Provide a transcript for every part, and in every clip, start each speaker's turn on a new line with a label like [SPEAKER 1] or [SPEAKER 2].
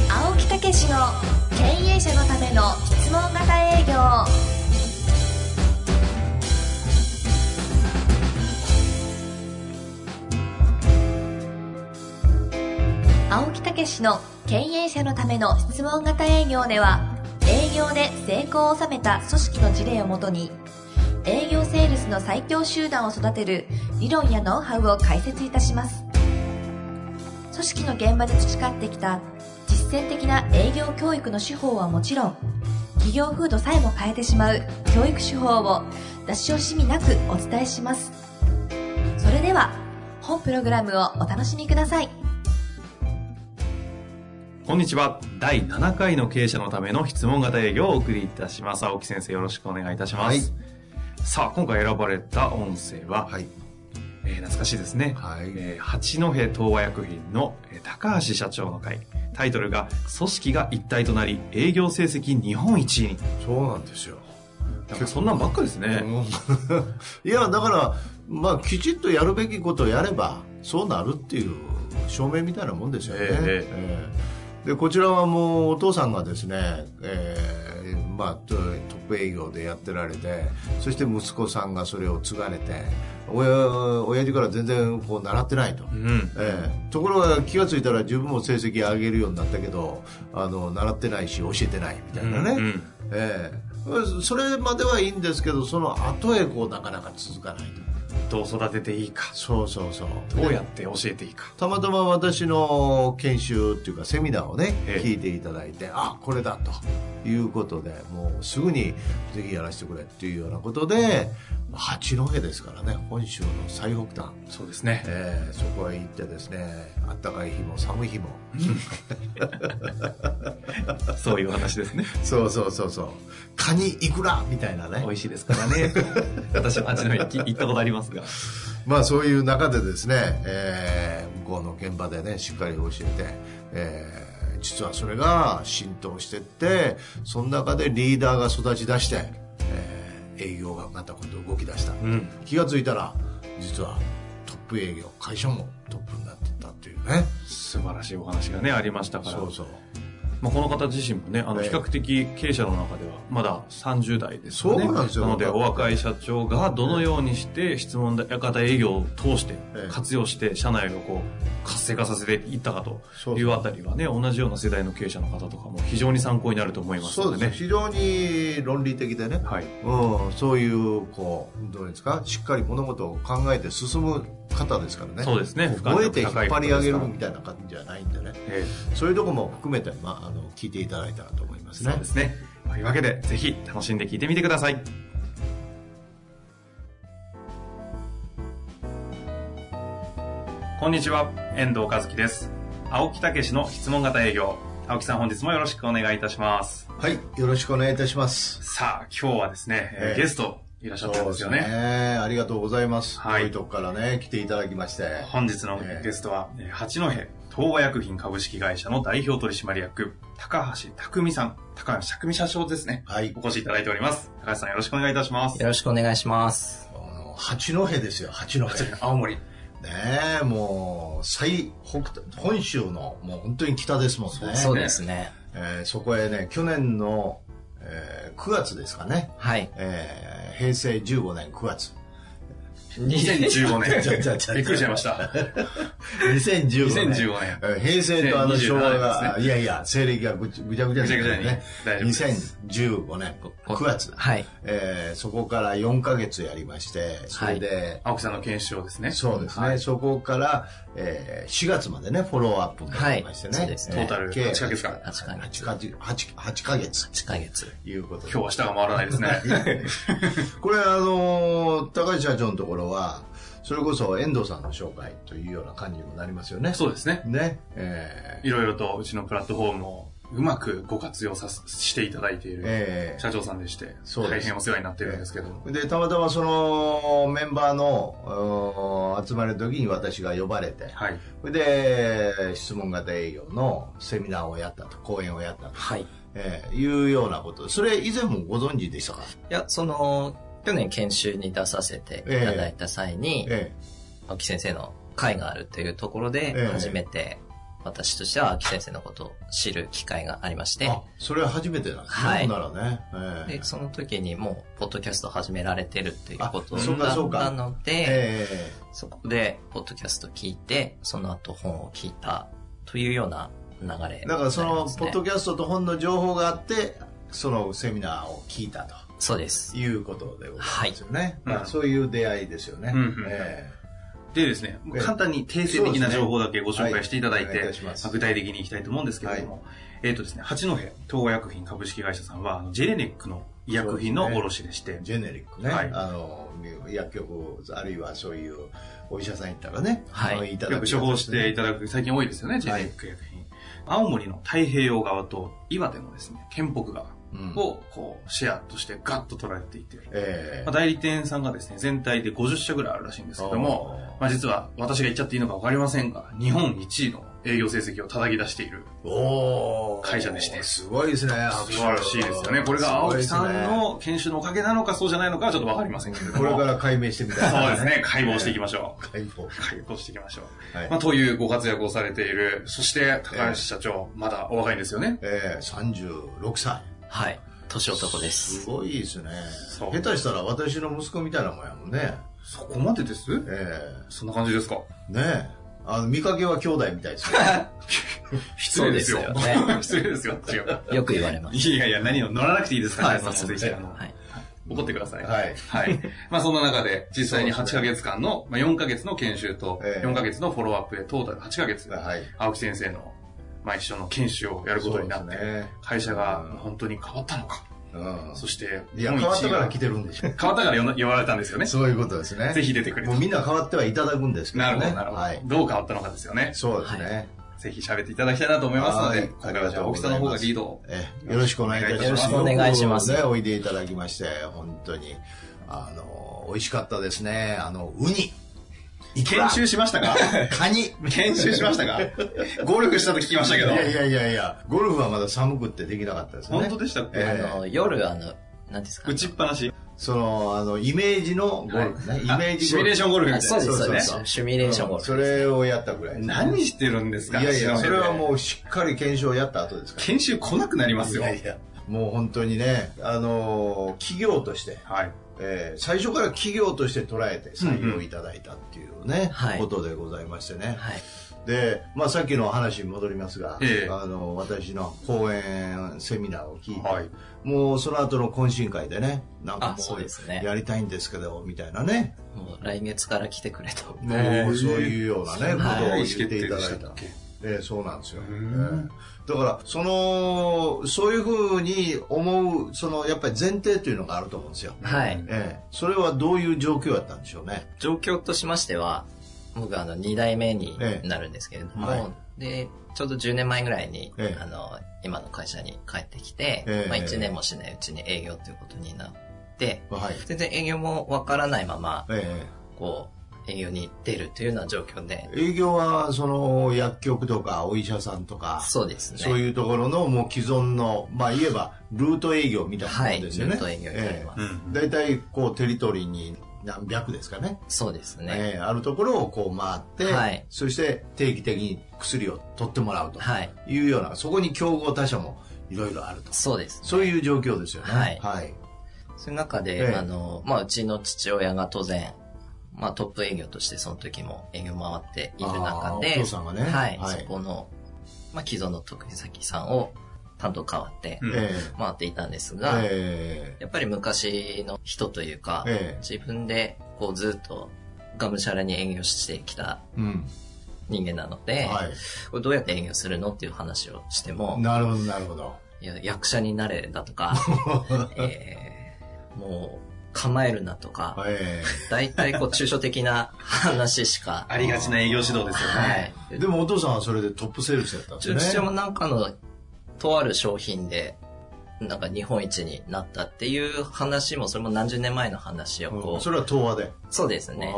[SPEAKER 1] 武の経営者のための質問型営業青木武の経営者のための質問型営業では営業で成功を収めた組織の事例をもとに営業セールスの最強集団を育てる理論やノウハウを解説いたします組織の現場で培ってきた実践的な営業教育の手法はもちろん企業風土さえも変えてしまう教育手法を出し惜しみなくお伝えしますそれでは本プログラムをお楽しみください
[SPEAKER 2] こんにちは。第7回の経営者のための質問型営業をお送りいたします。青木先生、よろしくお願いいたします。さあ、今回選ばれた音声は、
[SPEAKER 3] はい。
[SPEAKER 2] えー懐かしいですね。
[SPEAKER 3] はい
[SPEAKER 2] えー八戸東和薬品のえー高橋社長の会。タイトルが、組織が一体となり、営業成績日本一に。
[SPEAKER 3] そうなんですよ。
[SPEAKER 2] なんかそんなんばっかですね。
[SPEAKER 3] うん いや、だから、まあ、きちっとやるべきことをやれば、そうなるっていう証明みたいなもんですよね。
[SPEAKER 2] ええ
[SPEAKER 3] ええで、こちらはもう、お父さんがですね、ええまあ、トトップ営業でやってられて、そして息子さんがそれを継がれて、親、親父から全然こう習ってないと。
[SPEAKER 2] うん。
[SPEAKER 3] ええところが気がついたら自分も成績上げるようになったけどあの習ってないし教えてないみたいなね、
[SPEAKER 2] うんうん
[SPEAKER 3] ええそれまではいいんですけどその後へこうなかなか続かない
[SPEAKER 2] ど
[SPEAKER 3] と
[SPEAKER 2] う育てていいか、
[SPEAKER 3] そうそうそう
[SPEAKER 2] どうやって教えていいか。
[SPEAKER 3] たまたま私の研修っていうかセミナーをね
[SPEAKER 2] ええ
[SPEAKER 3] 聞いていただいてあこれだということでもうすぐにぜひやらせてくれっていうようなことで八戸ですからね本州の最北端
[SPEAKER 2] そうですね。
[SPEAKER 3] えーそこへ行ってですねあったかい日も寒い日も
[SPEAKER 2] そういうお話ですね。
[SPEAKER 3] そうそうそうそうカニいくらみたいなね
[SPEAKER 2] 美味しいですから ね。私も八戸行き行ったことありますが。
[SPEAKER 3] まあそういう中でですね、えー向こうの現場でねしっかり教えて、えー実はそれが浸透してってその中でリーダーが育ち出して、えー営業がまた今度動き出した、
[SPEAKER 2] うん。
[SPEAKER 3] 気がついたら実はトップ営業会社もトップになってったっていうね
[SPEAKER 2] 素晴らしいお話がね、ありましたから。
[SPEAKER 3] そうそう
[SPEAKER 2] まあ、この方自身もね、あの、
[SPEAKER 3] え
[SPEAKER 2] 比
[SPEAKER 3] え
[SPEAKER 2] 較的経営者の中では、まだ30代ですよね。
[SPEAKER 3] そうなんですよ
[SPEAKER 2] ので、お若い社長がどのようにして、質問館営業を通して
[SPEAKER 3] え、え
[SPEAKER 2] 活用して、社内をこう、活性化させていったかと
[SPEAKER 3] そう
[SPEAKER 2] いうあたりはね、同じような世代の経営者の方とかも非常に参考になると思います
[SPEAKER 3] そう
[SPEAKER 2] の
[SPEAKER 3] です
[SPEAKER 2] で
[SPEAKER 3] ね
[SPEAKER 2] ね。
[SPEAKER 3] 非常に論理的でね、
[SPEAKER 2] はい。
[SPEAKER 3] うん、そういうこうどうですかしっかり物事を考えて進む方ですからね
[SPEAKER 2] そうですね
[SPEAKER 3] 覚えて引っ
[SPEAKER 2] 俯瞰力高い
[SPEAKER 3] 張
[SPEAKER 2] 方で
[SPEAKER 3] り
[SPEAKER 2] すから
[SPEAKER 3] 上げるみたいな感じじゃないんでね
[SPEAKER 2] ええ
[SPEAKER 3] そういうとこも含めて、まあ、あの聞いていただいたらと思います
[SPEAKER 2] そう
[SPEAKER 3] ね
[SPEAKER 2] ですね。というわけで、ぜひ楽しんで聞いてみてください。こんにちは、遠藤和樹です。青木武の質問型営業。青木さん本日もよろしくお願いいたします。
[SPEAKER 3] はいよろしくお願いいたします
[SPEAKER 2] さあ、今日はですね、えー
[SPEAKER 3] ええ
[SPEAKER 2] ゲストいらっしゃったんですよね。
[SPEAKER 3] ありがとうございます、
[SPEAKER 2] はい
[SPEAKER 3] 遠いとこからね来ていただきまして
[SPEAKER 2] 本日の
[SPEAKER 3] ええ
[SPEAKER 2] ゲストは、えー八戸東和薬品株式会社の代表取締役、高橋匠さん、高橋匠社長ですね。
[SPEAKER 3] はい
[SPEAKER 2] お越しいただいております。高橋さんよろしくお願いいたします。
[SPEAKER 4] よろしくお願いします。
[SPEAKER 3] あの八戸ですよ八戸
[SPEAKER 2] 八戸青森。
[SPEAKER 3] ねえもう最北端本州のもう本当に北ですもんね
[SPEAKER 4] そうですね。
[SPEAKER 3] えーそこへね去年の、えー9月ですかね、
[SPEAKER 4] はい。
[SPEAKER 3] えー平成15年9月
[SPEAKER 2] 2015
[SPEAKER 3] ちょちょち
[SPEAKER 2] 年。
[SPEAKER 3] ょ
[SPEAKER 2] びっくりしちゃいました。
[SPEAKER 3] 2015年
[SPEAKER 2] 2015年
[SPEAKER 3] えー平成とあの昭和
[SPEAKER 2] 2027
[SPEAKER 3] が、いやいや西暦がぐちぐちゃぐちゃです
[SPEAKER 2] ぐちゃ
[SPEAKER 3] ね
[SPEAKER 2] ぐちゃに大丈夫です
[SPEAKER 3] 2015年9月、
[SPEAKER 4] はい。
[SPEAKER 3] えーそこから4ヶ月やりましてそれで、
[SPEAKER 2] 青木さんの研修をですね。
[SPEAKER 3] そうですね、
[SPEAKER 2] はい
[SPEAKER 3] そこから、えー4月までねフォローアップもありましてね、
[SPEAKER 4] はいそうですね
[SPEAKER 3] え
[SPEAKER 2] トータル
[SPEAKER 3] 計
[SPEAKER 2] 8ヶ月間
[SPEAKER 4] 8ヶ月
[SPEAKER 3] ,8 ヶ月 ,8 ヶ月
[SPEAKER 4] 8ヶ月。
[SPEAKER 3] ということで
[SPEAKER 2] 今日は下が回らないですね。
[SPEAKER 3] これあのー高橋社長のところはそれこそ遠藤さんの紹介というような感じにもなりますよね
[SPEAKER 2] そうですね。
[SPEAKER 3] ねえー
[SPEAKER 2] いろいろとうちのプラットフォームをうまくご活用させしていただいている
[SPEAKER 3] えー
[SPEAKER 2] 社長さんでして、
[SPEAKER 3] そうです
[SPEAKER 2] 大変お世話になってるんですけども。
[SPEAKER 3] でたまたまそのメンバーのうー集まる時に私が呼ばれて、
[SPEAKER 2] はい。
[SPEAKER 3] それで質問型営業のセミナーをやったと講演をやったと、
[SPEAKER 4] はい。い
[SPEAKER 3] えーいうようなことそれ以前もご存知でしたか、
[SPEAKER 4] や、その、去年研修に出させていただいた際に、
[SPEAKER 3] え
[SPEAKER 4] 青木先生の会があるというところで
[SPEAKER 3] ええ、
[SPEAKER 4] 初めて、私としては秋先生のことを知る機会がありまして、
[SPEAKER 3] あ、それは初めてなんですね。
[SPEAKER 4] はい
[SPEAKER 3] ほんならね。え
[SPEAKER 4] で、その時にもう、ポッドキャスト始められてるっていうこと
[SPEAKER 3] あそうか
[SPEAKER 4] だ
[SPEAKER 3] そう
[SPEAKER 4] っ
[SPEAKER 3] か
[SPEAKER 4] たの
[SPEAKER 3] え
[SPEAKER 4] で、
[SPEAKER 3] え
[SPEAKER 4] そこで、ポッドキャスト聞いて、その後本を聞いたというような流れ、
[SPEAKER 3] えだからその、ポッドキ
[SPEAKER 4] キャス
[SPEAKER 3] ャストと本の情報があって、そのセミナーを聞いたと
[SPEAKER 4] ト。そうです。
[SPEAKER 3] いうことでございますよね。
[SPEAKER 2] はい
[SPEAKER 3] まあ、そういう出会いですよね。
[SPEAKER 2] うんうん
[SPEAKER 3] え
[SPEAKER 2] でですね、
[SPEAKER 3] ええ
[SPEAKER 2] 簡単に定性的な情報だけご紹介していただい
[SPEAKER 3] はいお
[SPEAKER 2] て、
[SPEAKER 3] 願いします
[SPEAKER 2] まあ具体的にいきたいと思うんですけれども、えっ、とですね、八戸東和薬品株式会社さんは、あのジェレネックの医薬品の卸でして、
[SPEAKER 3] えジェネリックね、
[SPEAKER 2] はい
[SPEAKER 3] あの薬局あるいはそういうお医者さん行ったらね、
[SPEAKER 4] はい
[SPEAKER 3] あのいただ
[SPEAKER 2] よく
[SPEAKER 3] く
[SPEAKER 2] 処方していただく、最近多いですよね、ジェネリック薬品。青森の太平洋側と岩手のですね、県北側
[SPEAKER 3] うん
[SPEAKER 2] をこうシェアとしてガッと捉えていってる。
[SPEAKER 3] ええ
[SPEAKER 2] まあ代理店さんがですね、全体で50社ぐらいあるらしいんですけども、まあ実は私が言っちゃっていいのか分かりませんが、日本1位の営業成績を叩き出している
[SPEAKER 3] おー
[SPEAKER 2] 会社でして
[SPEAKER 3] すごいですね
[SPEAKER 2] 素晴らしいですよね。これが青木さんの研修のおかげなのかそうじゃないのかはちょっとわかりませんけれども。
[SPEAKER 3] これから解明してみたい
[SPEAKER 2] そうですね。解剖していきましょう。
[SPEAKER 3] 解剖
[SPEAKER 2] 解剖していきましょう。
[SPEAKER 3] はい
[SPEAKER 2] まあ、というご活躍をされている、そして高橋社長、まだお若いんですよね。
[SPEAKER 3] ええ36歳
[SPEAKER 4] はい。年男です。
[SPEAKER 3] すごいですね
[SPEAKER 2] そう
[SPEAKER 3] 下手したら私の息子みたいなもんやもんね
[SPEAKER 2] そこまでです
[SPEAKER 3] え
[SPEAKER 2] そんな感じですか
[SPEAKER 3] えねえあの見かけは兄弟みた いですよ
[SPEAKER 2] 失礼ですよ。
[SPEAKER 4] そうですよ
[SPEAKER 2] 失礼ですよ。 違う。
[SPEAKER 4] よく言われます。
[SPEAKER 2] いやいや、何を乗らなくていいですから、
[SPEAKER 4] はい、
[SPEAKER 2] そのぜ
[SPEAKER 4] 松
[SPEAKER 2] ひ、あ
[SPEAKER 4] 本
[SPEAKER 2] の、
[SPEAKER 4] はい。
[SPEAKER 2] 怒ってください。
[SPEAKER 3] はい
[SPEAKER 2] はい。まあそんな中で、実際に
[SPEAKER 3] そう
[SPEAKER 2] 8
[SPEAKER 3] ですね
[SPEAKER 2] ヶ月間の、まあ4ヶ月の研修と、
[SPEAKER 3] ええ
[SPEAKER 2] 4ヶ月のフォローアップで、トータル8ヶ月、
[SPEAKER 3] はい
[SPEAKER 2] 青木先生の、まあ一緒の研修をやることになって、
[SPEAKER 3] そうですね
[SPEAKER 2] 会社が
[SPEAKER 3] うん
[SPEAKER 2] 本当に変わったのか、
[SPEAKER 3] うん
[SPEAKER 2] そして、
[SPEAKER 3] いや
[SPEAKER 2] 日
[SPEAKER 3] 変
[SPEAKER 2] 本
[SPEAKER 3] わっ
[SPEAKER 2] 一
[SPEAKER 3] た
[SPEAKER 2] 位
[SPEAKER 3] か
[SPEAKER 2] が
[SPEAKER 3] ら来てるんでし
[SPEAKER 2] 変
[SPEAKER 3] ょ
[SPEAKER 2] わったからよ言われたん ですよね。
[SPEAKER 3] そういうことですね
[SPEAKER 2] ぜひ出てくれと
[SPEAKER 3] もうみんな変わってはいただくんですけど
[SPEAKER 2] な
[SPEAKER 3] ね
[SPEAKER 2] るほど、なるほど、
[SPEAKER 3] はい
[SPEAKER 2] どう変わったのかですよね。
[SPEAKER 3] そうですね、
[SPEAKER 4] は
[SPEAKER 2] ぜひ喋っていただきたいなと思いますの
[SPEAKER 3] はい
[SPEAKER 2] で、今回はじゃあ青木さんの方がリードを。
[SPEAKER 3] えよろしくお願いいたします。
[SPEAKER 2] よろしく
[SPEAKER 4] お願いします
[SPEAKER 3] よくねおいでいただきまして、本当に、あの、美味しかったですね。あの、ウ ニ、
[SPEAKER 2] 研修しました か
[SPEAKER 3] カニ。
[SPEAKER 2] 研修しましたか合力したと聞きました
[SPEAKER 3] い
[SPEAKER 2] けど。
[SPEAKER 3] やいやいやいや、ゴルフはまだ寒くってできなかったですね。
[SPEAKER 2] 本当でしたっけ、
[SPEAKER 3] え
[SPEAKER 4] あ
[SPEAKER 3] え
[SPEAKER 4] の、夜、あの、なんですか
[SPEAKER 2] 打ちっぱなし。
[SPEAKER 3] その、あの、イメージのゴルフね。イメー
[SPEAKER 2] あ
[SPEAKER 3] ジ
[SPEAKER 2] シ
[SPEAKER 3] ゴ
[SPEAKER 2] ミュレー
[SPEAKER 3] ル
[SPEAKER 2] シ
[SPEAKER 3] フ。
[SPEAKER 2] ョンゴルフみ
[SPEAKER 4] あ
[SPEAKER 2] たいな。
[SPEAKER 4] そうです、そうです
[SPEAKER 3] そうそう。
[SPEAKER 4] シミュレーションゴルフ
[SPEAKER 3] それをやったぐらいですね。
[SPEAKER 2] 何してるんですか
[SPEAKER 3] いやいや、
[SPEAKER 2] 調
[SPEAKER 3] そ
[SPEAKER 2] べて
[SPEAKER 3] れはもうしっかり検証やった後ですから。
[SPEAKER 2] 研修来なくなりますよ。
[SPEAKER 3] いやいや、もう本当にね、あの、企業として、
[SPEAKER 2] はい。
[SPEAKER 3] えー最初から企業として捉えて採用いただいたっていうね、
[SPEAKER 4] はい
[SPEAKER 3] ことでございましてね、
[SPEAKER 4] はい。
[SPEAKER 3] で、まあ、さっきの話に戻りますが、
[SPEAKER 2] ええ
[SPEAKER 3] あの私の講演セミナーを聞いて、
[SPEAKER 2] はい
[SPEAKER 3] もうその後の懇親会でねなんか
[SPEAKER 4] あ
[SPEAKER 3] も
[SPEAKER 4] そうですね
[SPEAKER 3] やりたいんですけどみたいなね
[SPEAKER 4] もう来月から来てくれと。
[SPEAKER 3] も
[SPEAKER 2] え
[SPEAKER 3] うそういうようなね、
[SPEAKER 2] そんな
[SPEAKER 3] ことを
[SPEAKER 2] 意
[SPEAKER 3] 言
[SPEAKER 2] 思
[SPEAKER 3] っ
[SPEAKER 2] 決定
[SPEAKER 3] ていた
[SPEAKER 2] で
[SPEAKER 3] だ
[SPEAKER 2] した
[SPEAKER 3] い
[SPEAKER 2] ったけ。
[SPEAKER 3] ええそうなんですよ、
[SPEAKER 2] ん
[SPEAKER 3] ええだからそのそういうふうに思うそのやっぱり前提というのがあると思うんですよ、
[SPEAKER 4] はい。
[SPEAKER 3] ええそれはどういう状況だったんでしょうね
[SPEAKER 4] 状況としましては、僕あの2代目になるんですけれども、
[SPEAKER 3] ええは
[SPEAKER 4] で、ちょうど10年前ぐらいに、
[SPEAKER 3] ええ
[SPEAKER 4] あの、今の会社に帰ってきて、
[SPEAKER 3] ええ
[SPEAKER 4] まあ1年もしないうちに営業ということになって、
[SPEAKER 3] はい
[SPEAKER 4] 全然営業もわからないまま、
[SPEAKER 3] え
[SPEAKER 4] こう、営業に出るというような状況で、
[SPEAKER 3] え営業はその薬局とかお医者さんとか
[SPEAKER 4] そうですね。
[SPEAKER 3] そういうところのもう既存のまあ言えばルート営業みたいな
[SPEAKER 4] は
[SPEAKER 3] も
[SPEAKER 4] い、
[SPEAKER 3] ん
[SPEAKER 4] ル
[SPEAKER 3] ですよね、
[SPEAKER 4] ート営業になります。
[SPEAKER 2] うん
[SPEAKER 3] 大体こうテリトリーに何百ですかね
[SPEAKER 4] そうですね。
[SPEAKER 3] ええあるところをこう回って、
[SPEAKER 4] はい
[SPEAKER 3] そして定期的に薬を取ってもらうと
[SPEAKER 4] はい、
[SPEAKER 3] いうようなそこに競合他社もいろいろあると
[SPEAKER 4] そうです。
[SPEAKER 3] そういう状況ですよね
[SPEAKER 4] はい
[SPEAKER 3] はい
[SPEAKER 4] そういう中で、
[SPEAKER 3] ええ
[SPEAKER 4] あの、まあ、うちの父親が当然、まあ、トップ営業としてその時も営業回っている
[SPEAKER 3] あー
[SPEAKER 4] 中
[SPEAKER 3] お
[SPEAKER 4] で、
[SPEAKER 3] 父さんがね
[SPEAKER 4] はい、
[SPEAKER 3] はい
[SPEAKER 4] そこの、まあ、既存の得意先さんを担当変わって
[SPEAKER 2] うん
[SPEAKER 3] え
[SPEAKER 4] 回っていたんです
[SPEAKER 3] え
[SPEAKER 4] が、
[SPEAKER 3] え
[SPEAKER 4] やっぱり昔の人というか、
[SPEAKER 3] ええ
[SPEAKER 4] 自分でこうずっとがむしゃらに営業してきた
[SPEAKER 3] えうん
[SPEAKER 4] 人間なので、
[SPEAKER 3] はい
[SPEAKER 4] これどうやって営業するのっていう話をしても、
[SPEAKER 3] なるほどなるほど
[SPEAKER 4] いや役者になれだ とか、えーもう構えるなとか、
[SPEAKER 3] え
[SPEAKER 4] 大体こう抽象的な話しか。
[SPEAKER 2] ありがちな営業指導ですよね。
[SPEAKER 4] はい。
[SPEAKER 3] えでもお父さんはそれでトップセールスやったんです
[SPEAKER 4] う
[SPEAKER 3] ね
[SPEAKER 4] ちもなんかの、とある商品で、なんか日本一になったっていう話も、それも何十年前の話を
[SPEAKER 3] う
[SPEAKER 4] こ、
[SPEAKER 3] んそうれは東和で
[SPEAKER 4] そうですね。
[SPEAKER 3] あ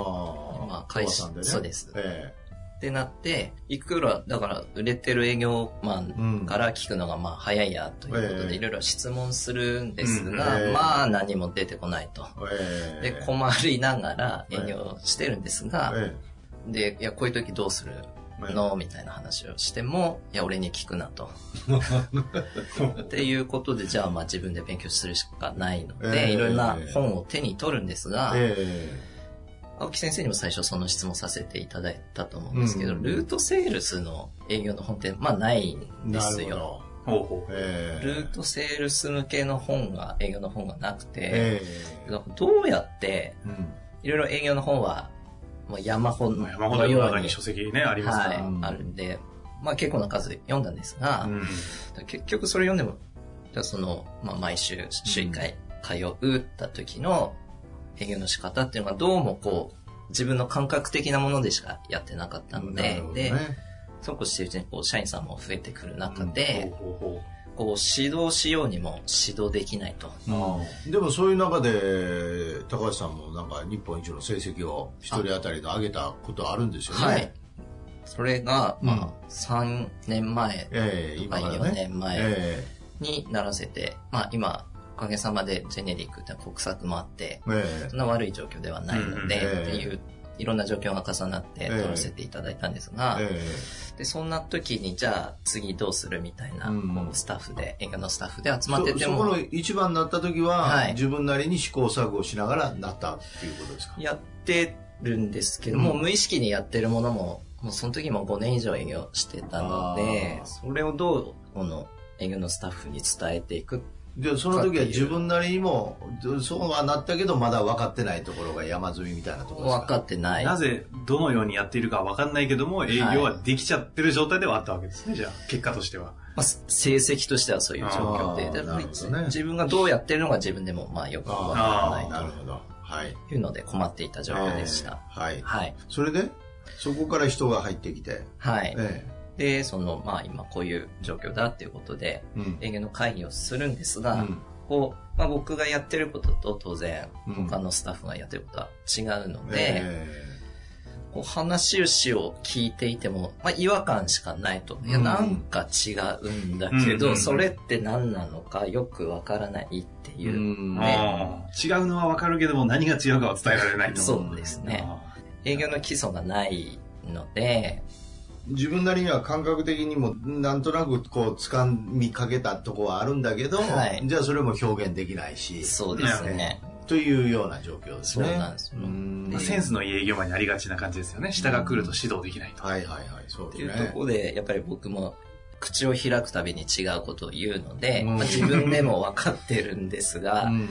[SPEAKER 4] まあ会
[SPEAKER 3] 東和さ
[SPEAKER 4] 社
[SPEAKER 3] んでね
[SPEAKER 4] そうです
[SPEAKER 3] え
[SPEAKER 4] ってなって、いくら、だから売れてる営業マンから聞くのがまあ早いやということ
[SPEAKER 3] ええ
[SPEAKER 4] で、いろいろ質問するんですが
[SPEAKER 3] うんええ、
[SPEAKER 4] まあ何も出てこないと。
[SPEAKER 3] えええ
[SPEAKER 4] で、困りながら営業してるんですが、
[SPEAKER 3] え
[SPEAKER 4] で、いや、こういう時どうする
[SPEAKER 3] え
[SPEAKER 4] の、みたいな話をしても、いや、俺に聞くな と。っていうことで、じゃあ、まあ自分で勉強するしかないの
[SPEAKER 3] え
[SPEAKER 4] で、
[SPEAKER 3] え
[SPEAKER 4] いろんな本を手に取るんですが、
[SPEAKER 3] え
[SPEAKER 4] 青木先生にも最初その質問させていただいたと思うんですけど、
[SPEAKER 3] うん
[SPEAKER 4] ルートセールスの営業の本って、まあないん
[SPEAKER 3] え
[SPEAKER 4] です
[SPEAKER 3] なるほ
[SPEAKER 4] よ。
[SPEAKER 3] ど
[SPEAKER 2] ほうほう。
[SPEAKER 3] ええ
[SPEAKER 4] ルートセールス向けの本が、営業の本がなくて、
[SPEAKER 3] ええ
[SPEAKER 4] だからどうやって、
[SPEAKER 2] うん。
[SPEAKER 4] いろいろ営業の本は、もう山本の
[SPEAKER 2] 山ほど世の
[SPEAKER 4] よう
[SPEAKER 2] 中
[SPEAKER 4] に
[SPEAKER 2] に書籍ね、ありますから。
[SPEAKER 4] はい、あるんで、まあ結構な数読んだんですが、
[SPEAKER 2] うん。
[SPEAKER 4] 結局それ読んでも、じゃあその、まあ毎週、週1回通うった時の営業の仕方っていうのがどうもこう、自分の感覚的なものでしかやってなかったの
[SPEAKER 3] な
[SPEAKER 4] で
[SPEAKER 3] る、ほどね
[SPEAKER 4] で、そうこうしてるうちにこう、社員さんも増えてくる中で、
[SPEAKER 2] ほうほ
[SPEAKER 4] こう、指導しようにも指導できないと。
[SPEAKER 2] うほう。あ
[SPEAKER 3] でもそういう中で高橋さんもなんか日本一の成績を一人当たりで上げたことあるんですよね
[SPEAKER 4] はい。それが、
[SPEAKER 3] うん
[SPEAKER 4] まあ、3年前
[SPEAKER 3] ええ
[SPEAKER 4] とか
[SPEAKER 3] 今から
[SPEAKER 4] 4
[SPEAKER 3] ね
[SPEAKER 4] 年前
[SPEAKER 3] え
[SPEAKER 4] にならせて、まあ今、おかげさまでジェネリックって国策もあって、
[SPEAKER 3] ええ
[SPEAKER 4] そんな悪い状況ではないので、
[SPEAKER 3] うん
[SPEAKER 4] っていう、いろんな状況が重なって
[SPEAKER 3] ええ
[SPEAKER 4] 撮らせていただいたんですが、
[SPEAKER 3] ええ
[SPEAKER 4] で、そんな時に、じゃあ次どうするみたいな、
[SPEAKER 3] うん
[SPEAKER 4] こうスタッフで、映画のスタッフで集まってて
[SPEAKER 3] そそこ
[SPEAKER 4] も
[SPEAKER 3] の、一番になった時は、
[SPEAKER 4] はい
[SPEAKER 3] 自分なりに試行錯誤しながらなったっていうことですか
[SPEAKER 4] やってるんですけど、
[SPEAKER 3] うん
[SPEAKER 4] もう無意識にやってるものも、もうその時も5年以上営業してたので
[SPEAKER 3] あー、
[SPEAKER 4] それをどう、この営業のスタッフに伝えていく
[SPEAKER 3] でその時は自分なりにもそうはなったけどまだ分かってないところが山積みみたいなところですか
[SPEAKER 4] 分かってな
[SPEAKER 2] あ
[SPEAKER 4] い。
[SPEAKER 2] なぜ、どのようにやっているかわかんないけども、営業はできちゃってる状態ではあったわけですね、じゃあ、結果としては。
[SPEAKER 4] まあ、成績としてはそういう状況で
[SPEAKER 3] あー
[SPEAKER 4] で
[SPEAKER 3] なるほどね
[SPEAKER 4] 自分がどうやってるのか自分でもまあよくわから
[SPEAKER 3] あ
[SPEAKER 4] な
[SPEAKER 3] あ
[SPEAKER 4] い
[SPEAKER 3] なるほどはい
[SPEAKER 4] というので困っていた状況でした。
[SPEAKER 3] ええはい
[SPEAKER 4] はい。
[SPEAKER 3] それでそこから人が入ってきて、
[SPEAKER 4] はい。
[SPEAKER 3] え
[SPEAKER 4] で、その、まあ今こういう状況だっていうことで、
[SPEAKER 3] えうん
[SPEAKER 4] 営業の会議をするんですが、
[SPEAKER 3] うん
[SPEAKER 4] こう、まあ僕がやってることと当然、
[SPEAKER 3] うん
[SPEAKER 4] 他のスタッフがやってることは違うので、
[SPEAKER 3] え
[SPEAKER 4] こう話し牛を聞いていても、まあ違和感しかないと。いや、
[SPEAKER 3] うん
[SPEAKER 4] なんか違うんだけ
[SPEAKER 2] うんうんう
[SPEAKER 4] ど、
[SPEAKER 2] ん
[SPEAKER 4] それって何なのかよくわからないって
[SPEAKER 3] え
[SPEAKER 4] いう
[SPEAKER 3] うん
[SPEAKER 4] ね
[SPEAKER 2] ああ違うのはわかるけども、何が違うかは伝えられないと。
[SPEAKER 4] そうですね
[SPEAKER 2] あ
[SPEAKER 4] 営業の基礎がないので、
[SPEAKER 3] 自分なりには感覚的にもなんとなくこう掴みかけたとこはあるんだけど、
[SPEAKER 4] はい
[SPEAKER 3] じゃあそれも表現できないし
[SPEAKER 4] そうですね。
[SPEAKER 3] というような状況ですね
[SPEAKER 4] そうなんですよ
[SPEAKER 3] うん
[SPEAKER 2] あ。センスのいい営業マンにありがちな感じですよね。下が来ると指導できないと。
[SPEAKER 3] はいはいはいそう
[SPEAKER 4] って
[SPEAKER 3] で
[SPEAKER 4] いう
[SPEAKER 3] すね
[SPEAKER 4] ところで、やっぱり僕も口を開くたびに違うことを言うので、
[SPEAKER 3] うん
[SPEAKER 4] まあ自分でも分かってるんですが、
[SPEAKER 3] う
[SPEAKER 4] い
[SPEAKER 3] ん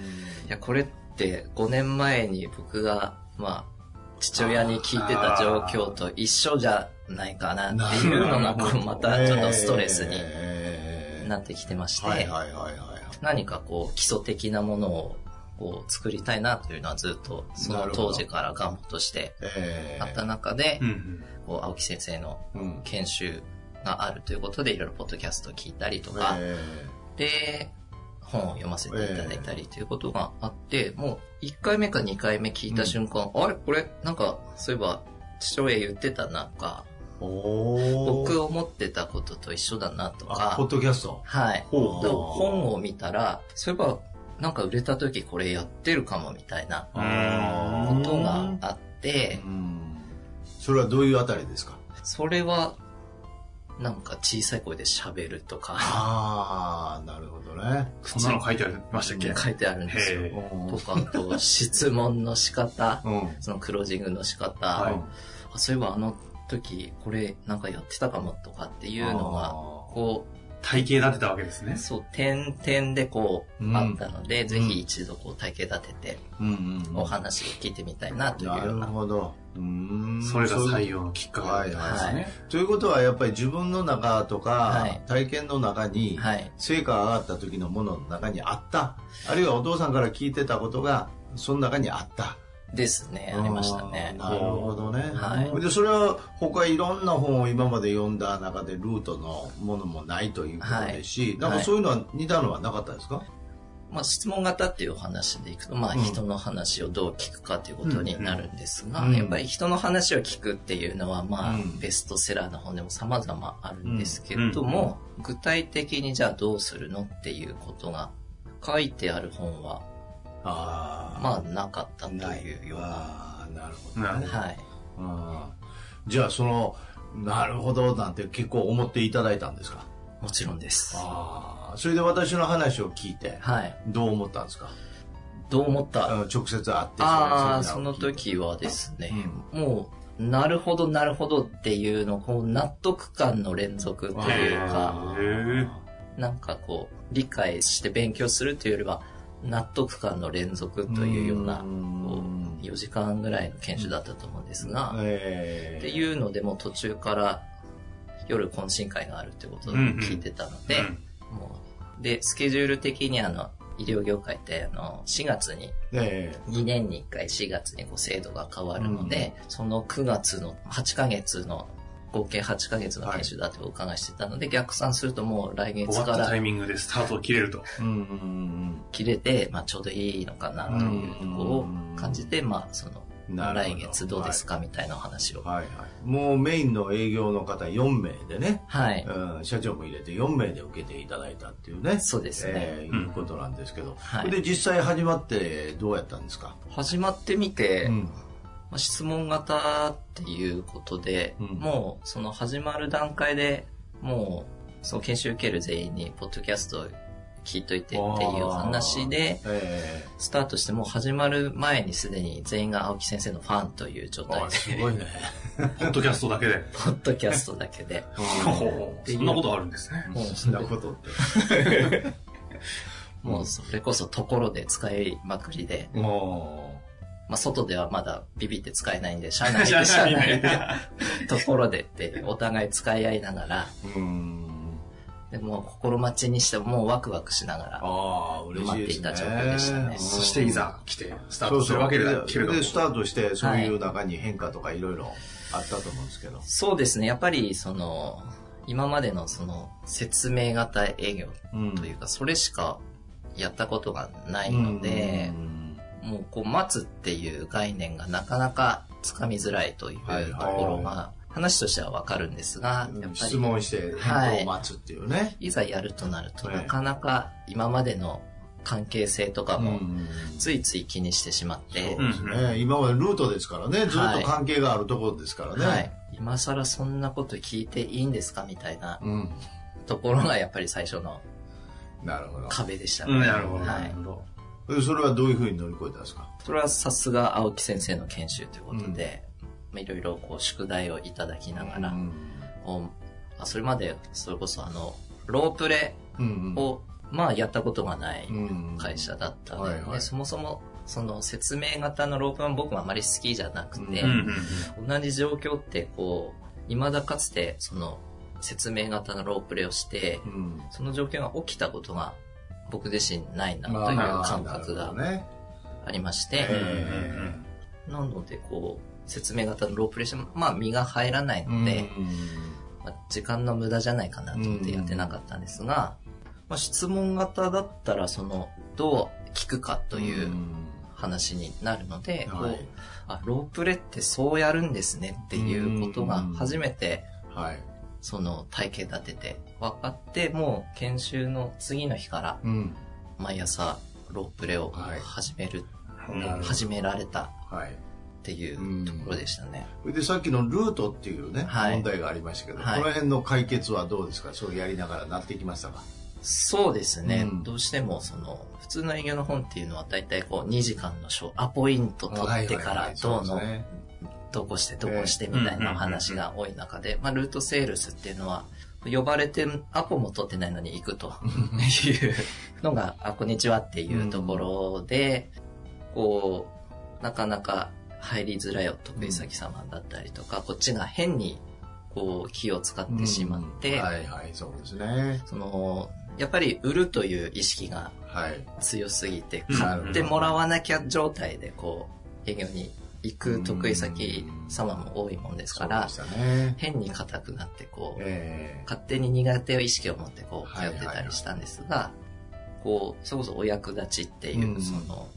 [SPEAKER 4] や、これって5年前に僕が、まあ、父親に聞いてた状況と一緒じゃないかなっていうのが、
[SPEAKER 2] なるほ
[SPEAKER 4] こ
[SPEAKER 2] ど
[SPEAKER 4] うまたちょっとストレス
[SPEAKER 3] え
[SPEAKER 4] に
[SPEAKER 3] え
[SPEAKER 4] なってきてまし
[SPEAKER 3] はい
[SPEAKER 4] て、
[SPEAKER 3] はいはいはい
[SPEAKER 4] 何かこう基礎的なものをこう作りたいなというのはずっとその当時から願望として
[SPEAKER 3] ええ
[SPEAKER 4] あった中で
[SPEAKER 2] う、ん
[SPEAKER 4] こう青木先生の
[SPEAKER 3] うん
[SPEAKER 4] 研修があるということでいろいろポッドキャストを聞いたりとか、
[SPEAKER 3] え
[SPEAKER 4] で本を読ませていただいたりということがあって、もう1回目か2回目聞いた瞬間、あれこれなんかそういえば父親言ってたなんか
[SPEAKER 3] えおー
[SPEAKER 4] 僕思ってたことと一緒だなと
[SPEAKER 3] あポッ
[SPEAKER 4] か
[SPEAKER 3] ドキャスト
[SPEAKER 4] はい
[SPEAKER 3] ほう
[SPEAKER 4] で本を見たらそういえばなんか売れた時これやってるかもみたいな
[SPEAKER 2] あ
[SPEAKER 4] こ
[SPEAKER 2] ー
[SPEAKER 4] とがあって、
[SPEAKER 3] うんそれはどういうあたりですか
[SPEAKER 4] それはなんか小さい声で喋るとか
[SPEAKER 3] ああなるほどね
[SPEAKER 2] そんなの書いてありましたっけ
[SPEAKER 4] 書いてあるんですよ
[SPEAKER 2] へ。
[SPEAKER 4] とか、あと、質問の仕方、
[SPEAKER 3] うん
[SPEAKER 4] そのクロージングの仕方、
[SPEAKER 2] はい
[SPEAKER 4] あそういえばあの時、これなんかやってたかもとかっていうのが、こ
[SPEAKER 2] 体系立てたわけですね
[SPEAKER 4] う、。そう、点々でこう、
[SPEAKER 3] うん
[SPEAKER 4] あったので、ぜひ一度こう体系立てて、
[SPEAKER 3] うんうんうん
[SPEAKER 4] お話を聞いてみたいなという
[SPEAKER 3] な
[SPEAKER 4] よう
[SPEAKER 3] る
[SPEAKER 4] な。
[SPEAKER 3] ほどうーん
[SPEAKER 2] それが採用のきっかけだったんですね。
[SPEAKER 3] ということはやっぱり自分の中とか、
[SPEAKER 4] はい
[SPEAKER 3] 体験の中に、
[SPEAKER 4] はい。
[SPEAKER 3] 成果が上がった時のものの中にあったあるいはお父さんから聞いてたことがその中にあった
[SPEAKER 4] ですね、ありましたね。
[SPEAKER 3] あーなるほどね、
[SPEAKER 4] はい
[SPEAKER 3] でそれは他いろんな本を今まで読んだ中でルートのものもないということですし、
[SPEAKER 4] い
[SPEAKER 3] なんかそういうのは似たのはなかったですか、
[SPEAKER 4] まあ、質問型っていうお話でいくと、まあ、
[SPEAKER 3] うん
[SPEAKER 4] 人の話をどう聞くかということになるんですが、
[SPEAKER 3] うん
[SPEAKER 4] やっぱり人の話を聞くっていうのは、まあ、
[SPEAKER 3] うん
[SPEAKER 4] ベストセラーの本でも様々あるんですけれども、具体的にじゃあどうするのっていうことが書いてある本は、
[SPEAKER 3] あ
[SPEAKER 4] まあ、なかったと
[SPEAKER 3] ない
[SPEAKER 4] いうような。
[SPEAKER 3] あーなるほどね
[SPEAKER 2] なるほ
[SPEAKER 4] はい。
[SPEAKER 3] うんじゃあそのなるほど、なんて結構思っていただいたんですか。
[SPEAKER 4] もちろんです。
[SPEAKER 3] ああ、それで私の話を聞いて、
[SPEAKER 4] はい。
[SPEAKER 3] どう思ったんですか
[SPEAKER 4] どう思った
[SPEAKER 3] あの直接会ってそれ
[SPEAKER 4] ああ、そ
[SPEAKER 3] セミナー
[SPEAKER 4] の
[SPEAKER 3] を聞いて
[SPEAKER 4] 時はですね、もう、なるほど、なるほどっていうの、こう、納得感の連続というか、
[SPEAKER 2] へー
[SPEAKER 4] なんかこう、理解して勉強するというよりは、納得感の連続というような、こう4時間ぐらいの研修だったと思うんですが、
[SPEAKER 3] え
[SPEAKER 4] って
[SPEAKER 3] え
[SPEAKER 4] いうので、もう途中から、夜懇親会があるってことを聞いてたので、もう、で、スケジュール的にあの、医療業界って、あの、4月に
[SPEAKER 3] え
[SPEAKER 4] 2年に1回4月にこう制度が変わるので、その9月の8ヶ月の合計8ヶ月の研修だってお伺いしてたので、逆算するともう来
[SPEAKER 2] 終
[SPEAKER 4] 月
[SPEAKER 2] わっ
[SPEAKER 4] か
[SPEAKER 2] たタイ
[SPEAKER 4] ら
[SPEAKER 2] ミングでスタートを切れると。
[SPEAKER 3] えうんうんうん
[SPEAKER 4] 切れて、まあ、ちょうどいいのかなというところを感じて、まあ、その
[SPEAKER 3] うんなるほ
[SPEAKER 4] 来月どうですかみたいなお話を。
[SPEAKER 3] はいはい。もうメインの営業の方4名でね、
[SPEAKER 4] はい。
[SPEAKER 3] うん、社長も入れて4名で受けていただいたっていうね。
[SPEAKER 4] そうですね
[SPEAKER 3] ええいうことなんですけど。
[SPEAKER 4] はい
[SPEAKER 3] で、実際始まってどうやったんですか
[SPEAKER 4] 始まってみて、
[SPEAKER 3] ん。
[SPEAKER 4] まあ、質問型っていうことで、
[SPEAKER 3] うん
[SPEAKER 4] もうその始まる段階でもうその研修受ける全員にポッドキャストを聞いといてっていう話で
[SPEAKER 3] え
[SPEAKER 4] スタートしてもう始まる前にすでに全員が青木先生のファンという状
[SPEAKER 3] え
[SPEAKER 4] 態
[SPEAKER 3] あ
[SPEAKER 4] で
[SPEAKER 3] すごいね。
[SPEAKER 2] ポッドキャストだけで。
[SPEAKER 4] ポッドキャストだけで
[SPEAKER 2] ほうほうそんなことあるんですね。
[SPEAKER 4] もう
[SPEAKER 3] そ
[SPEAKER 4] そ
[SPEAKER 3] んな
[SPEAKER 4] れ
[SPEAKER 3] ことって。
[SPEAKER 4] もうそれこそところで使いまくりで、
[SPEAKER 2] も
[SPEAKER 4] まあ、外ではまだビビって使えないん で社内
[SPEAKER 2] う。
[SPEAKER 4] で
[SPEAKER 2] じゃあ、
[SPEAKER 4] 社
[SPEAKER 2] 何
[SPEAKER 4] 内
[SPEAKER 2] ね
[SPEAKER 4] でところでってお互い使い合いながら
[SPEAKER 3] うん。
[SPEAKER 4] でもう心待ちにしてもうワクワクしながら
[SPEAKER 3] ああ、嬉しいですね。
[SPEAKER 4] 待っていた状況でしたね
[SPEAKER 2] そしていざ来て、スタートするわけだけれども
[SPEAKER 3] で、。スタートして、そういう中に変化とかいろいろあったと思うんですけど。
[SPEAKER 4] そうですね。やっぱり、その、今までのその説明型営業
[SPEAKER 3] うん
[SPEAKER 4] というか、それしかやったことがないので
[SPEAKER 3] う、ん
[SPEAKER 4] もうこう待つっていう概念がなかなかつかみづらいというと
[SPEAKER 3] はい
[SPEAKER 4] ころが、話としてはわかるんですが、やっぱ
[SPEAKER 3] 質
[SPEAKER 4] り、
[SPEAKER 3] 問して返答を待つっていうね。
[SPEAKER 4] いざやるとなると、
[SPEAKER 3] はい
[SPEAKER 4] なかなか今までの関係性とか
[SPEAKER 3] う
[SPEAKER 4] も、
[SPEAKER 3] ん
[SPEAKER 4] ついつい気にしてしまって、
[SPEAKER 3] そうですね。今までルートですからね。ずっと関係があるところですからね。
[SPEAKER 4] はい。今更そんなこと聞いていいんですかみたいな
[SPEAKER 3] うん。
[SPEAKER 4] ところがやっぱり最初の
[SPEAKER 3] なるほど。
[SPEAKER 4] 壁でしたね。
[SPEAKER 2] うんなるほど。
[SPEAKER 4] は
[SPEAKER 2] ないるほど。
[SPEAKER 3] でそれはどういうふうに乗り越えたんですか
[SPEAKER 4] それはさすが青木先生の研修ということで、まあいろいろこう宿題をいただきながら、こうあそれまでそれこそあの、ロープレ
[SPEAKER 3] うん
[SPEAKER 4] を、まあやったことがない
[SPEAKER 3] うん
[SPEAKER 4] 会社だったの
[SPEAKER 3] は
[SPEAKER 4] で、
[SPEAKER 3] いはい
[SPEAKER 4] そもそもその説明型のロープは僕もあまり好きじゃなくて
[SPEAKER 2] う、ん
[SPEAKER 4] 同じ状況ってこう、未だかつてその説明型のロープレをして、
[SPEAKER 3] うん
[SPEAKER 4] その状況が起きたことが僕自身ないなという感覚が
[SPEAKER 3] なる
[SPEAKER 4] ありまし
[SPEAKER 3] ほど
[SPEAKER 4] て、
[SPEAKER 2] うんうんうん
[SPEAKER 3] ね。
[SPEAKER 4] なのでこう、説明型のロープレーション、まあ身が入らないので、まあ、時間の無駄じゃないかなと思ってやってなかったんですが、まあ、質問型だったらその、どう聞くかという話になるので、こう
[SPEAKER 3] はい
[SPEAKER 4] あロープレってそうやるんですねっていうことが初めて
[SPEAKER 3] はい。
[SPEAKER 4] その体系立てて分かって、もう研修の次の日から
[SPEAKER 3] うん。
[SPEAKER 4] 毎朝ロープレを始め
[SPEAKER 2] う
[SPEAKER 4] る、
[SPEAKER 2] んうん
[SPEAKER 4] 始められた
[SPEAKER 3] はい。
[SPEAKER 4] っていうところでしたね。
[SPEAKER 3] それでさっきのルートっていうね、
[SPEAKER 4] はい
[SPEAKER 3] 問題がありましたけど、
[SPEAKER 4] はい
[SPEAKER 3] この辺の解決はどうですかそうやりながらなってきましたか
[SPEAKER 4] そうですね、
[SPEAKER 3] うん
[SPEAKER 4] どうしてもその普通の営業の本っていうのは大体こう2時間のショーアポイント取ってか
[SPEAKER 3] はいはいは
[SPEAKER 4] ら
[SPEAKER 3] い
[SPEAKER 4] どう
[SPEAKER 3] そう
[SPEAKER 4] の
[SPEAKER 3] ですね
[SPEAKER 4] どこしてどこしてみたいなお話が多い中で、まあ、ルートセールスっていうのは呼ばれてアポも取ってないのに行くというのが「あこんにちは」っていうところで、こうなかなか入りづらいお得意先様だったりとか、こっちが変にこう気を使ってしまって、
[SPEAKER 3] うんはいはいそうですね
[SPEAKER 4] そのやっぱり売るという意識が
[SPEAKER 3] はい
[SPEAKER 4] 強すぎて
[SPEAKER 2] うん
[SPEAKER 4] 買ってもらわなきゃ状態でこう営業に行く得意先様も多いもんですから
[SPEAKER 3] そうでしたね
[SPEAKER 4] 変に硬くなってこう
[SPEAKER 3] え
[SPEAKER 4] 勝手に苦手を意識を持ってこう
[SPEAKER 3] はい
[SPEAKER 4] 通
[SPEAKER 3] はい
[SPEAKER 4] っ
[SPEAKER 3] はい
[SPEAKER 4] てたりしたんですがこうそれこそお役立ちって
[SPEAKER 3] う
[SPEAKER 4] い
[SPEAKER 3] ん
[SPEAKER 4] うその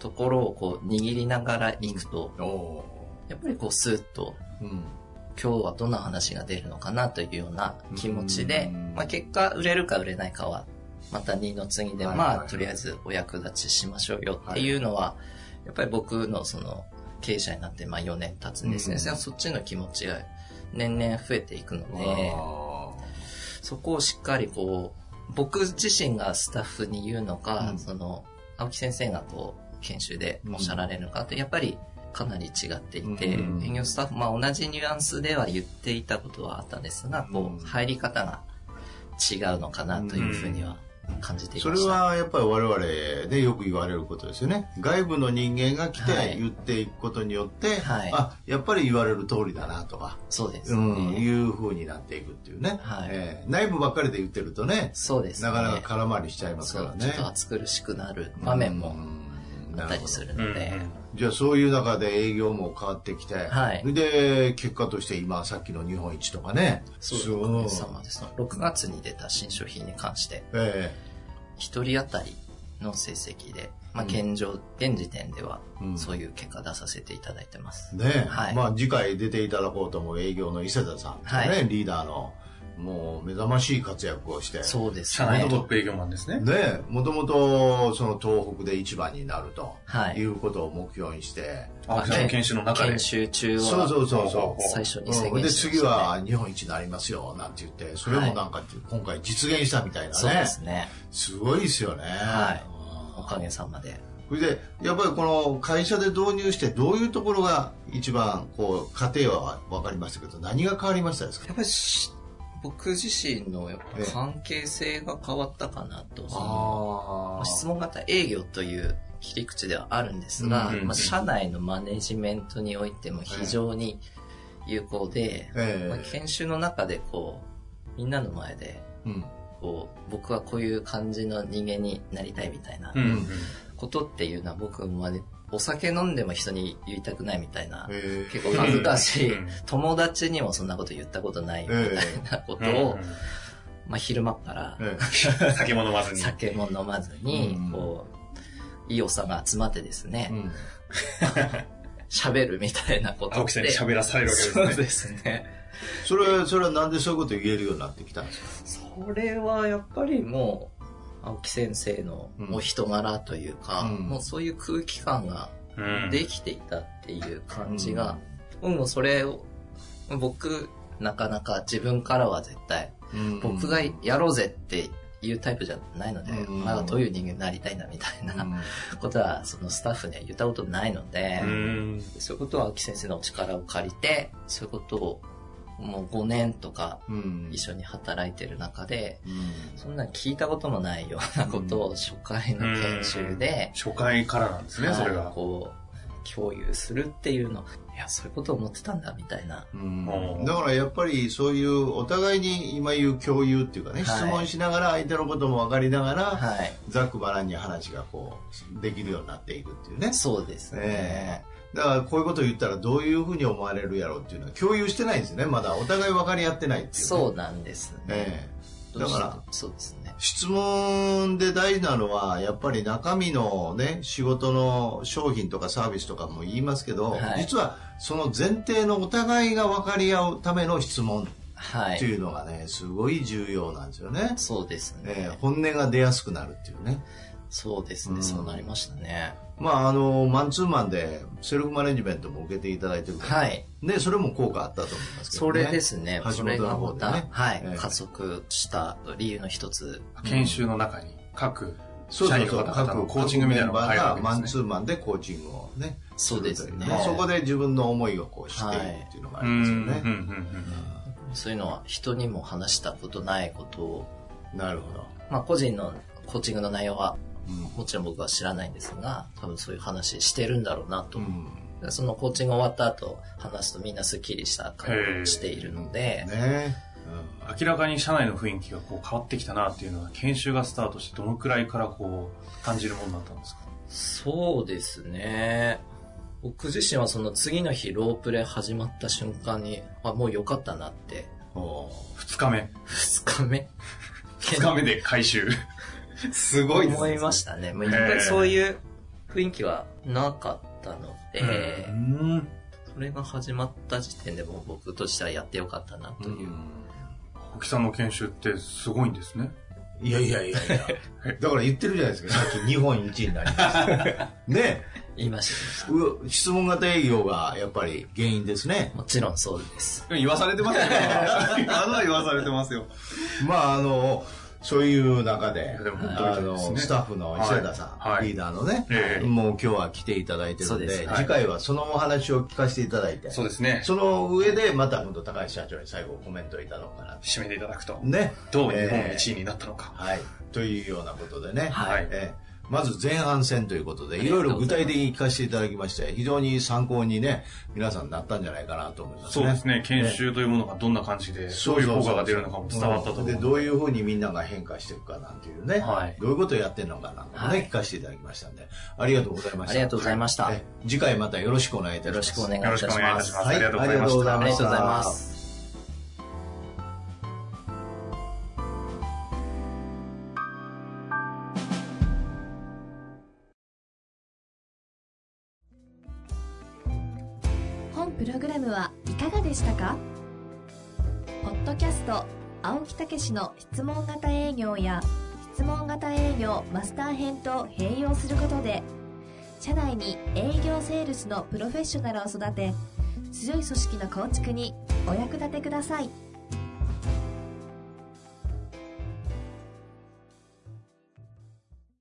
[SPEAKER 4] ところをこう握りながら行くと
[SPEAKER 3] えおお
[SPEAKER 4] やっぱりこうスーッと
[SPEAKER 3] ーうん
[SPEAKER 4] 今日はどんな話が出るのかなというような気持ちで
[SPEAKER 3] うん、
[SPEAKER 4] まあ、結果売れるか売れないかはまた二の次で、
[SPEAKER 3] はいはいはい
[SPEAKER 4] まあとりあえずお役立ちしましょうよっていうのは、やっぱり僕のその経営者になってまあ4年経つんです
[SPEAKER 3] う
[SPEAKER 4] ね、
[SPEAKER 3] ん
[SPEAKER 4] そっちの気持ちが年々増えていくので、そこをしっかりこう、僕自身がスタッフに言うのか、
[SPEAKER 3] うん
[SPEAKER 4] その、青木先生がこう、研修でおっしゃられるのかって、やっぱりかなり違っていて、
[SPEAKER 2] うん
[SPEAKER 4] 営業スタッフ、まあ同じニュアンスでは言っていたことはあったんですが、こ
[SPEAKER 3] う
[SPEAKER 4] う、
[SPEAKER 3] ん
[SPEAKER 4] 入り方が違うのかなというふうには感じてい
[SPEAKER 3] そ
[SPEAKER 4] ま
[SPEAKER 3] れ
[SPEAKER 4] した。
[SPEAKER 3] はやっぱり我々でよく言われることですよね外部の人間が来
[SPEAKER 4] は
[SPEAKER 3] て
[SPEAKER 4] い
[SPEAKER 3] 言っていくことによって、
[SPEAKER 4] はい
[SPEAKER 3] あやっぱり言われる通りだなとか、
[SPEAKER 4] そうです
[SPEAKER 3] う
[SPEAKER 4] ね。
[SPEAKER 3] ん、いうふうになっていくっていうね、
[SPEAKER 4] はい
[SPEAKER 3] えー内部ばっかりで言ってるとね
[SPEAKER 4] そうですね。
[SPEAKER 3] なかなか空回りしちゃいます
[SPEAKER 4] そ
[SPEAKER 3] から
[SPEAKER 4] う、
[SPEAKER 3] ね
[SPEAKER 4] ちょっと暑苦しくなる場面も
[SPEAKER 3] うん
[SPEAKER 4] あったりするので、
[SPEAKER 3] じゃあそういう中で営業も変わってきて、
[SPEAKER 4] はい
[SPEAKER 3] で結果として今さっきの日本一とかね
[SPEAKER 4] そうおかげさまでその6月に出た新商品に関して、
[SPEAKER 3] え
[SPEAKER 4] 1人当たりの成績で、まあ、
[SPEAKER 3] うん
[SPEAKER 4] 現状、現時点では
[SPEAKER 3] うん
[SPEAKER 4] そういう結果出させていただいてます、
[SPEAKER 3] えねえ
[SPEAKER 4] はい
[SPEAKER 3] まあ次回出ていただこうと思う営業の伊勢田さんとね、
[SPEAKER 4] はい
[SPEAKER 3] リーダーのもう目覚ましい活躍をして
[SPEAKER 4] そうです
[SPEAKER 2] 社内の
[SPEAKER 4] ね
[SPEAKER 2] トップ営業マンですね。
[SPEAKER 3] ねえもともとその東北で一番になると
[SPEAKER 4] はい
[SPEAKER 3] いうことを目標にして、
[SPEAKER 2] あ、その研修の中で
[SPEAKER 4] 研。修中は
[SPEAKER 3] そうそうそうそう
[SPEAKER 4] 最初に宣
[SPEAKER 3] うん
[SPEAKER 4] 言
[SPEAKER 3] で
[SPEAKER 4] し
[SPEAKER 3] 次
[SPEAKER 4] てま
[SPEAKER 3] は日本一になりますよなんて言ってそれもなんか、今回実現したみたいなね
[SPEAKER 4] したねそうですね
[SPEAKER 3] すごいですよね。
[SPEAKER 4] はい
[SPEAKER 3] うん
[SPEAKER 4] おかげさまで
[SPEAKER 3] それで、やっぱりこの会社で導入して、どういうところが一番、こう、家庭は分かりましたけど、何が変わりましたですか
[SPEAKER 4] やっぱりし僕自身のやっ
[SPEAKER 3] ええ
[SPEAKER 4] ぱ関係性が変わったかなとその
[SPEAKER 3] あ
[SPEAKER 4] 質問型営業という切り口ではあるんですが、
[SPEAKER 2] うんうんうん
[SPEAKER 4] まあ、社内のマネジメントにおいても非常に有効で、
[SPEAKER 3] え
[SPEAKER 4] まあ、
[SPEAKER 3] え
[SPEAKER 4] 研修の中でこうみんなの前で
[SPEAKER 3] うん。
[SPEAKER 4] こう僕はこういう感じの人間になりたいみたいな
[SPEAKER 2] うんうん。
[SPEAKER 4] ことっていうのは僕までお酒飲んでも人に言いたくないみたいな
[SPEAKER 3] ええ
[SPEAKER 4] 結構恥ずかしい
[SPEAKER 2] うん
[SPEAKER 4] 友達にもそんなこと言ったことないみたいなことを、まあ、昼間から
[SPEAKER 3] え
[SPEAKER 2] うん酒も飲まずに。
[SPEAKER 4] 酒も飲まずに
[SPEAKER 3] うん
[SPEAKER 4] こういいおっさんが集まってです
[SPEAKER 3] えう
[SPEAKER 4] ね
[SPEAKER 3] ん
[SPEAKER 4] 喋るみたいなこと
[SPEAKER 2] 青木さんに喋らされるわけです
[SPEAKER 4] そう
[SPEAKER 2] ね。
[SPEAKER 4] ですね
[SPEAKER 3] それ、それはなんでそういうこと言えるようになってきたんですか
[SPEAKER 4] それはやっぱりもう青木先生のお人柄というか、
[SPEAKER 3] うん
[SPEAKER 4] もうそういう空気感が
[SPEAKER 2] うん
[SPEAKER 4] できていたっていう感じが、うん、もうそれを僕なかなか自分からは絶対
[SPEAKER 3] うん
[SPEAKER 4] 僕がやろうぜっていうタイプじゃないので、
[SPEAKER 3] うん
[SPEAKER 4] まだどういう人間になりたいなみたいなことはそのスタッフには言ったことないので、
[SPEAKER 2] うん
[SPEAKER 4] そういうことは青木先生のお力を借りてそういうことをもう5年とか
[SPEAKER 3] うん
[SPEAKER 4] 一緒に働いてる中で
[SPEAKER 3] うん
[SPEAKER 4] そんなん聞いたこともないようなことを初回の研修で、
[SPEAKER 2] 初回からなんですね、それ
[SPEAKER 4] は
[SPEAKER 2] が
[SPEAKER 4] い。こう、共有するっていうの、いや、そういうことを思ってたんだ、みたいな。
[SPEAKER 3] うんだからやっぱりそういうお互いに今言う共有っていうかね、
[SPEAKER 4] はい
[SPEAKER 3] 質問しながら相手のことも分かりながら、
[SPEAKER 4] はい。
[SPEAKER 3] ざっくばらんに話がこうできるようになっていくっていうね
[SPEAKER 4] そうですね
[SPEAKER 3] え。えだからこういうことを言ったらどういうふうに思われるやろうっていうのは共有してないんですねまだお互い分かり合ってないっていうね、
[SPEAKER 4] そうなんですね。
[SPEAKER 3] ええ
[SPEAKER 4] ど
[SPEAKER 3] だ
[SPEAKER 4] うし
[SPEAKER 3] か
[SPEAKER 4] て
[SPEAKER 3] ら
[SPEAKER 4] そうですね。
[SPEAKER 3] 質問で大事なのはやっぱり中身のね仕事の商品とかサービスとかも言いますけど、
[SPEAKER 4] はい
[SPEAKER 3] 実はその前提のお互いが分かり合うための質問
[SPEAKER 4] は
[SPEAKER 3] って
[SPEAKER 4] い。
[SPEAKER 3] いうのがねすごい重要なんですよね、
[SPEAKER 4] そうです
[SPEAKER 3] ええ
[SPEAKER 4] ね。
[SPEAKER 3] 本音が出やすくなるっていうね
[SPEAKER 4] そうです
[SPEAKER 3] うん
[SPEAKER 4] ね。そうなりましたね。
[SPEAKER 3] まあ、あのマンツーマンでセルフマネジメントも受けていただいてるから、
[SPEAKER 4] はい。
[SPEAKER 3] ね、それも効果あったと思いますけど、ね、
[SPEAKER 4] それですね。
[SPEAKER 3] 橋
[SPEAKER 4] そ
[SPEAKER 3] 本
[SPEAKER 4] れ
[SPEAKER 3] の
[SPEAKER 4] が
[SPEAKER 3] 方
[SPEAKER 4] ま
[SPEAKER 3] で
[SPEAKER 4] た、
[SPEAKER 3] ね
[SPEAKER 4] はい
[SPEAKER 3] ええ。
[SPEAKER 4] 加速した理由の一つ。
[SPEAKER 2] 研修の中に各
[SPEAKER 3] そう
[SPEAKER 2] 社
[SPEAKER 3] そ
[SPEAKER 2] 員
[SPEAKER 3] うそ
[SPEAKER 2] の
[SPEAKER 3] う
[SPEAKER 2] 方々の
[SPEAKER 3] 各
[SPEAKER 2] コーチングみたいなの
[SPEAKER 3] メ
[SPEAKER 2] が
[SPEAKER 3] ンバ
[SPEAKER 2] 入
[SPEAKER 3] ー
[SPEAKER 2] る
[SPEAKER 3] が
[SPEAKER 2] わ
[SPEAKER 3] マ
[SPEAKER 2] け
[SPEAKER 3] ン
[SPEAKER 2] です
[SPEAKER 3] ツ
[SPEAKER 2] ね。
[SPEAKER 3] ーマンでコーチングをね
[SPEAKER 4] そうですね
[SPEAKER 3] るというそこで自分の思いをこうしているっていうのがあ
[SPEAKER 2] う
[SPEAKER 3] り
[SPEAKER 2] ん
[SPEAKER 3] ますよ
[SPEAKER 2] うん
[SPEAKER 3] ね、
[SPEAKER 4] そういうのは人にも話したことないことを、
[SPEAKER 3] なるほど、
[SPEAKER 4] まあ個人のコーチングの内容は
[SPEAKER 3] う
[SPEAKER 4] もちろん僕は知らないんですが、多分そういう話してるんだろうなと。
[SPEAKER 3] んうん
[SPEAKER 4] そのコーチング終わった後、話すとみんなスッキリした顔をしているので、
[SPEAKER 3] ね
[SPEAKER 2] うん明らかに社内の雰囲気がこう変わってきたなっていうのは研修がスタートしてどのくらいからこう感じるものだったんですか
[SPEAKER 4] そうですね。僕自身はその次の日ロープレ始まった瞬間に、あ、もう良かったなって、
[SPEAKER 3] うんおー
[SPEAKER 2] 2日目
[SPEAKER 4] 2日目。
[SPEAKER 2] 2日目で回収すごいですね
[SPEAKER 4] 思いましたね。もう一回そういう雰囲気はなかったので、
[SPEAKER 2] うん
[SPEAKER 4] それが始まった時点でもう僕としてはやって良かったなという。
[SPEAKER 2] 青木さんの研修ってすごいんですね
[SPEAKER 3] いやいやいやい や。だから言ってるじゃないですか。さっき日本一になり ます。ね
[SPEAKER 4] 言いました。
[SPEAKER 3] う質問型営業がやっぱり原因ですね。
[SPEAKER 4] もちろんそうです。
[SPEAKER 2] 言わされてますよ。 今のは言わされてますよ。
[SPEAKER 3] まあ、あの、そういう中で、
[SPEAKER 2] でも本当
[SPEAKER 3] あ
[SPEAKER 2] にそうですね
[SPEAKER 3] の、スタッフの伊勢田さん、
[SPEAKER 2] はいはい
[SPEAKER 3] リーダーのね、
[SPEAKER 2] ええ
[SPEAKER 3] もう今日は来ていただいてる
[SPEAKER 4] そ
[SPEAKER 3] の
[SPEAKER 4] う
[SPEAKER 3] で
[SPEAKER 4] ですはい
[SPEAKER 3] 次回はそのお話を聞かせていただいて、
[SPEAKER 2] そうですね。
[SPEAKER 3] その上で、また今度高橋社長に最後コメントをいただこうかなと。
[SPEAKER 2] 締めていただくと。
[SPEAKER 3] ね。
[SPEAKER 2] どう日
[SPEAKER 3] え
[SPEAKER 2] 本
[SPEAKER 3] え
[SPEAKER 2] 一位になったのか。
[SPEAKER 3] はい。というようなことでね。
[SPEAKER 2] はい
[SPEAKER 3] えーまず前半戦ということで、
[SPEAKER 4] あ
[SPEAKER 3] い
[SPEAKER 4] りがと
[SPEAKER 3] ろいうろ
[SPEAKER 4] ご
[SPEAKER 3] 具
[SPEAKER 4] ざいます
[SPEAKER 3] 体的に聞かせていただきまして、非常に参考にね、皆さんなったんじゃないかなと思いますね。
[SPEAKER 2] そうですね。研修というものがどんな感じで、どういう効果が出るのかも伝わったと思
[SPEAKER 3] で、
[SPEAKER 2] う。
[SPEAKER 3] どういうふうにみんなが変化していくかなんていうね、
[SPEAKER 4] はい
[SPEAKER 3] どういうことをやってるのかなんてね、
[SPEAKER 4] はい
[SPEAKER 3] 聞かせていただきましたんで、ありがとうございました。
[SPEAKER 4] ありがとうございました
[SPEAKER 3] え次回またよろしくお願いいたし
[SPEAKER 4] よ
[SPEAKER 3] ます。
[SPEAKER 4] ろしくお願いい
[SPEAKER 2] よ
[SPEAKER 4] た
[SPEAKER 2] ろし
[SPEAKER 4] し
[SPEAKER 2] くお願いい
[SPEAKER 4] ま
[SPEAKER 2] たし
[SPEAKER 4] す。
[SPEAKER 2] ます。
[SPEAKER 3] はい
[SPEAKER 2] ありがとうございま
[SPEAKER 3] ありがとうご
[SPEAKER 2] し
[SPEAKER 3] ざい
[SPEAKER 2] た
[SPEAKER 3] ます
[SPEAKER 4] ありがとうございます。
[SPEAKER 1] 本プログラムはいかがでしたかポッドキャスト青木武氏の質問型営業や質問型営業マスター編と併用することで社内に営業セールスのプロフェッショナルを育て強い組織の構築にお役立てください